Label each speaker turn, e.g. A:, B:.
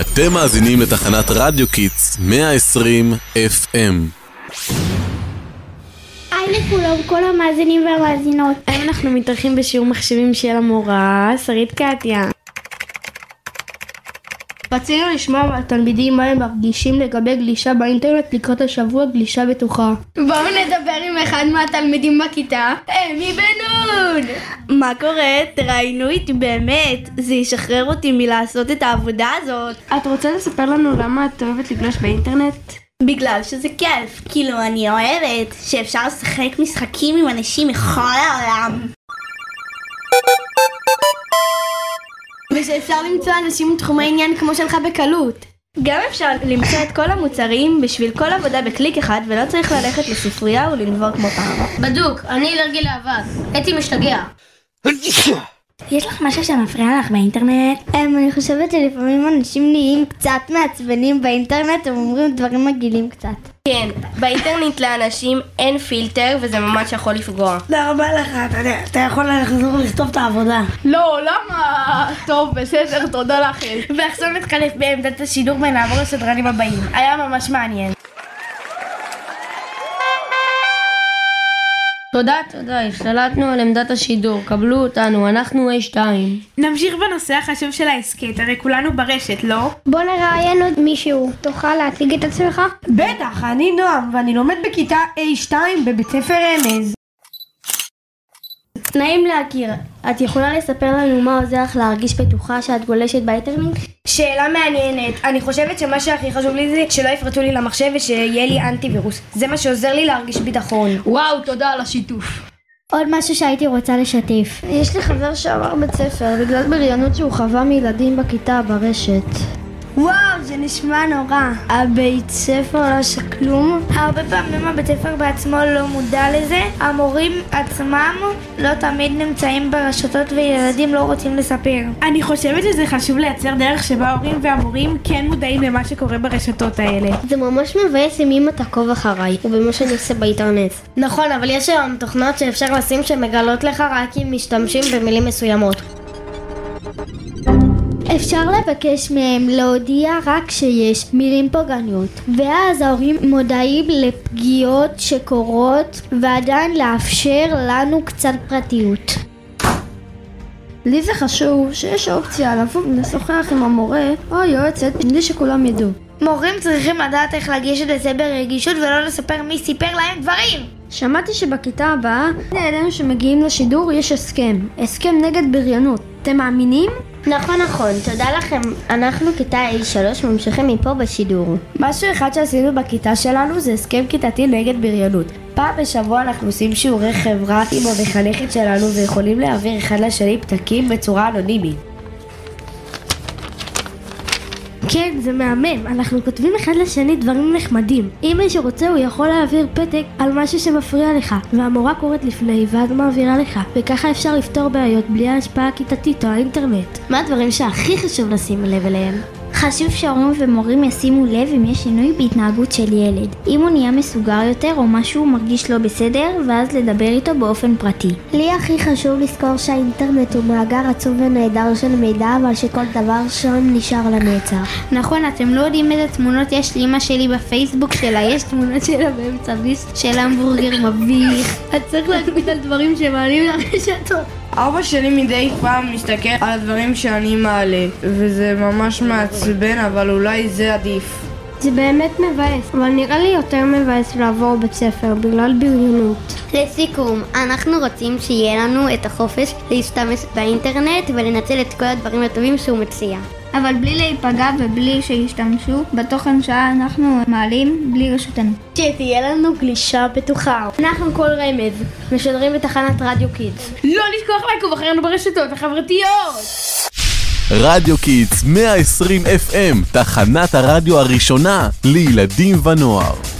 A: אתם מאזינים לתחנת רדיו קיטס 120 FM.
B: היי לכולם, כל המאזינים והמאזינות.
C: היום אנחנו מתארחים בשיעור מחשבים של המורה, שרית קטיה.
D: רצינו לשמוע מהתלמידים מה הם מרגישים לגבי גלישה באינטרנט לקראת השבוע גלישה בטוחה.
E: בואו נדבר עם אחד מהתלמידים בכיתה, אמי בן נון!
F: מה קורה? תראיינו איתי באמת, זה ישחרר אותי מלעשות את העבודה הזאת.
G: את רוצה לספר לנו למה את אוהבת לגלוש באינטרנט?
F: בגלל שזה כיף, כאילו אני אוהבת שאפשר לשחק משחקים עם אנשים מכל העולם.
E: ושאפשר למצוא אנשים עם תחומי עניין כמו שלך בקלות.
F: גם אפשר למצוא את כל המוצרים בשביל כל עבודה בקליק אחד ולא צריך ללכת לספרייה ולנבור כמו פעם.
H: בדוק, אני אלרגי לאבק. אתי משתגע.
I: יש לך משהו שמפריע לך באינטרנט?
J: אמ, אני חושבת שלפעמים אנשים נהיים קצת מעצבנים באינטרנט, הם אומרים דברים מגעילים קצת.
K: כן, באינטרנט לאנשים אין פילטר וזה ממש יכול לפגוע.
L: תודה רבה לך, אתה יכול לחזור לכתוב את העבודה.
M: לא, למה? טוב, בסדר, תודה לכם.
N: ועכשיו נתחלף בעמדת השידור ונעבור לסדרנים הבאים. היה ממש מעניין.
O: תודה, תודה, השתלטנו על עמדת השידור, קבלו אותנו, אנחנו A2.
P: נמשיך בנושא החשוב של ההסכת, הרי כולנו ברשת, לא?
B: בוא נראיין עוד מישהו, תוכל להציג את עצמך?
Q: בטח, אני נועם, ואני לומד בכיתה A2 בבית ספר רמז.
R: נעים להכיר, את יכולה לספר לנו מה עוזר לך להרגיש בטוחה שאת גולשת באינטרנט?
S: שאלה מעניינת, אני חושבת שמה שהכי חשוב לי זה שלא יפרצו לי למחשב ושיהיה לי אנטיווירוס. זה מה שעוזר לי להרגיש ביטחון.
T: וואו, תודה על השיתוף.
J: עוד משהו שהייתי רוצה לשתף.
O: יש לי חבר שעבר בית ספר בגלל בריונות שהוא חווה מילדים בכיתה ברשת.
A: וואו, זה נשמע נורא.
P: הבית ספר לא עשה כלום.
J: הרבה פעמים הבית ספר בעצמו לא מודע לזה. המורים עצמם לא תמיד נמצאים ברשתות וילדים לא רוצים לספר.
P: אני חושבת שזה חשוב לייצר דרך שבה ההורים והמורים כן מודעים למה שקורה ברשתות האלה.
K: זה ממש מבאס אם אמא תעקוב אחריי ובמה שאני עושה באינטרנט.
E: נכון, אבל יש היום תוכנות שאפשר לשים שמגלות לך רק אם משתמשים במילים מסוימות.
J: אפשר לבקש מהם להודיע רק שיש מילים פוגעניות ואז ההורים מודעים לפגיעות שקורות ועדיין לאפשר לנו קצת פרטיות.
O: לי זה חשוב שיש אופציה לבוא ולשוחח עם המורה או היועצת בלי שכולם ידעו.
J: מורים צריכים לדעת איך לגשת לזה ברגישות ולא לספר מי סיפר להם דברים!
O: שמעתי שבכיתה הבאה, לאלו שמגיעים לשידור יש הסכם. הסכם נגד בריונות. אתם מאמינים?
K: נכון נכון, תודה לכם. אנחנו כיתה A3 ממשיכים מפה בשידור.
E: משהו אחד שעשינו בכיתה שלנו זה הסכם כיתתי נגד בריונות. פעם בשבוע אנחנו עושים שיעורי חברה עם המחנכת שלנו ויכולים להעביר אחד לשני פתקים בצורה אנונימית.
O: כן, זה מהמם. אנחנו כותבים אחד לשני דברים נחמדים. אם מישהו רוצה, הוא יכול להעביר פתק על משהו שמפריע לך, והמורה קוראת לפני ואז מעבירה לך, וככה אפשר לפתור בעיות בלי ההשפעה הכיתתית או האינטרנט.
K: מה הדברים שהכי חשוב לשים לב אליהם?
J: חשוב שהורים ומורים ישימו לב אם יש שינוי בהתנהגות של ילד, אם הוא נהיה מסוגר יותר או משהו מרגיש לא בסדר, ואז לדבר איתו באופן פרטי.
I: לי הכי חשוב לזכור שהאינטרנט הוא מאגר עצום ונהדר של מידע, אבל שכל דבר שם נשאר לנצח.
J: נכון, אתם לא יודעים איזה תמונות יש לאמא שלי בפייסבוק שלה, יש תמונות שלה באמצע ביסט של המבורגר מביך.
O: את צריך להקפיד על דברים שמעלים לרשתות.
P: אבא שלי מדי פעם מסתכל על הדברים שאני מעלה, וזה ממש מעצבן, אבל אולי זה עדיף.
O: זה באמת מבאס, אבל נראה לי יותר מבאס לעבור בית ספר בגלל בריונות.
K: לסיכום, אנחנו רוצים שיהיה לנו את החופש להשתמש באינטרנט ולנצל את כל הדברים הטובים שהוא מציע.
E: אבל בלי להיפגע ובלי שישתמשו בתוכן שאנחנו מעלים בלי רשותנו.
C: שתהיה לנו גלישה בטוחה. אנחנו כל רמז, משדרים בתחנת רדיו קידס.
P: לא לשכוח לעקוב אחרינו ברשתות החברתיות!
A: רדיו קידס 120 FM, תחנת הרדיו הראשונה לילדים ונוער.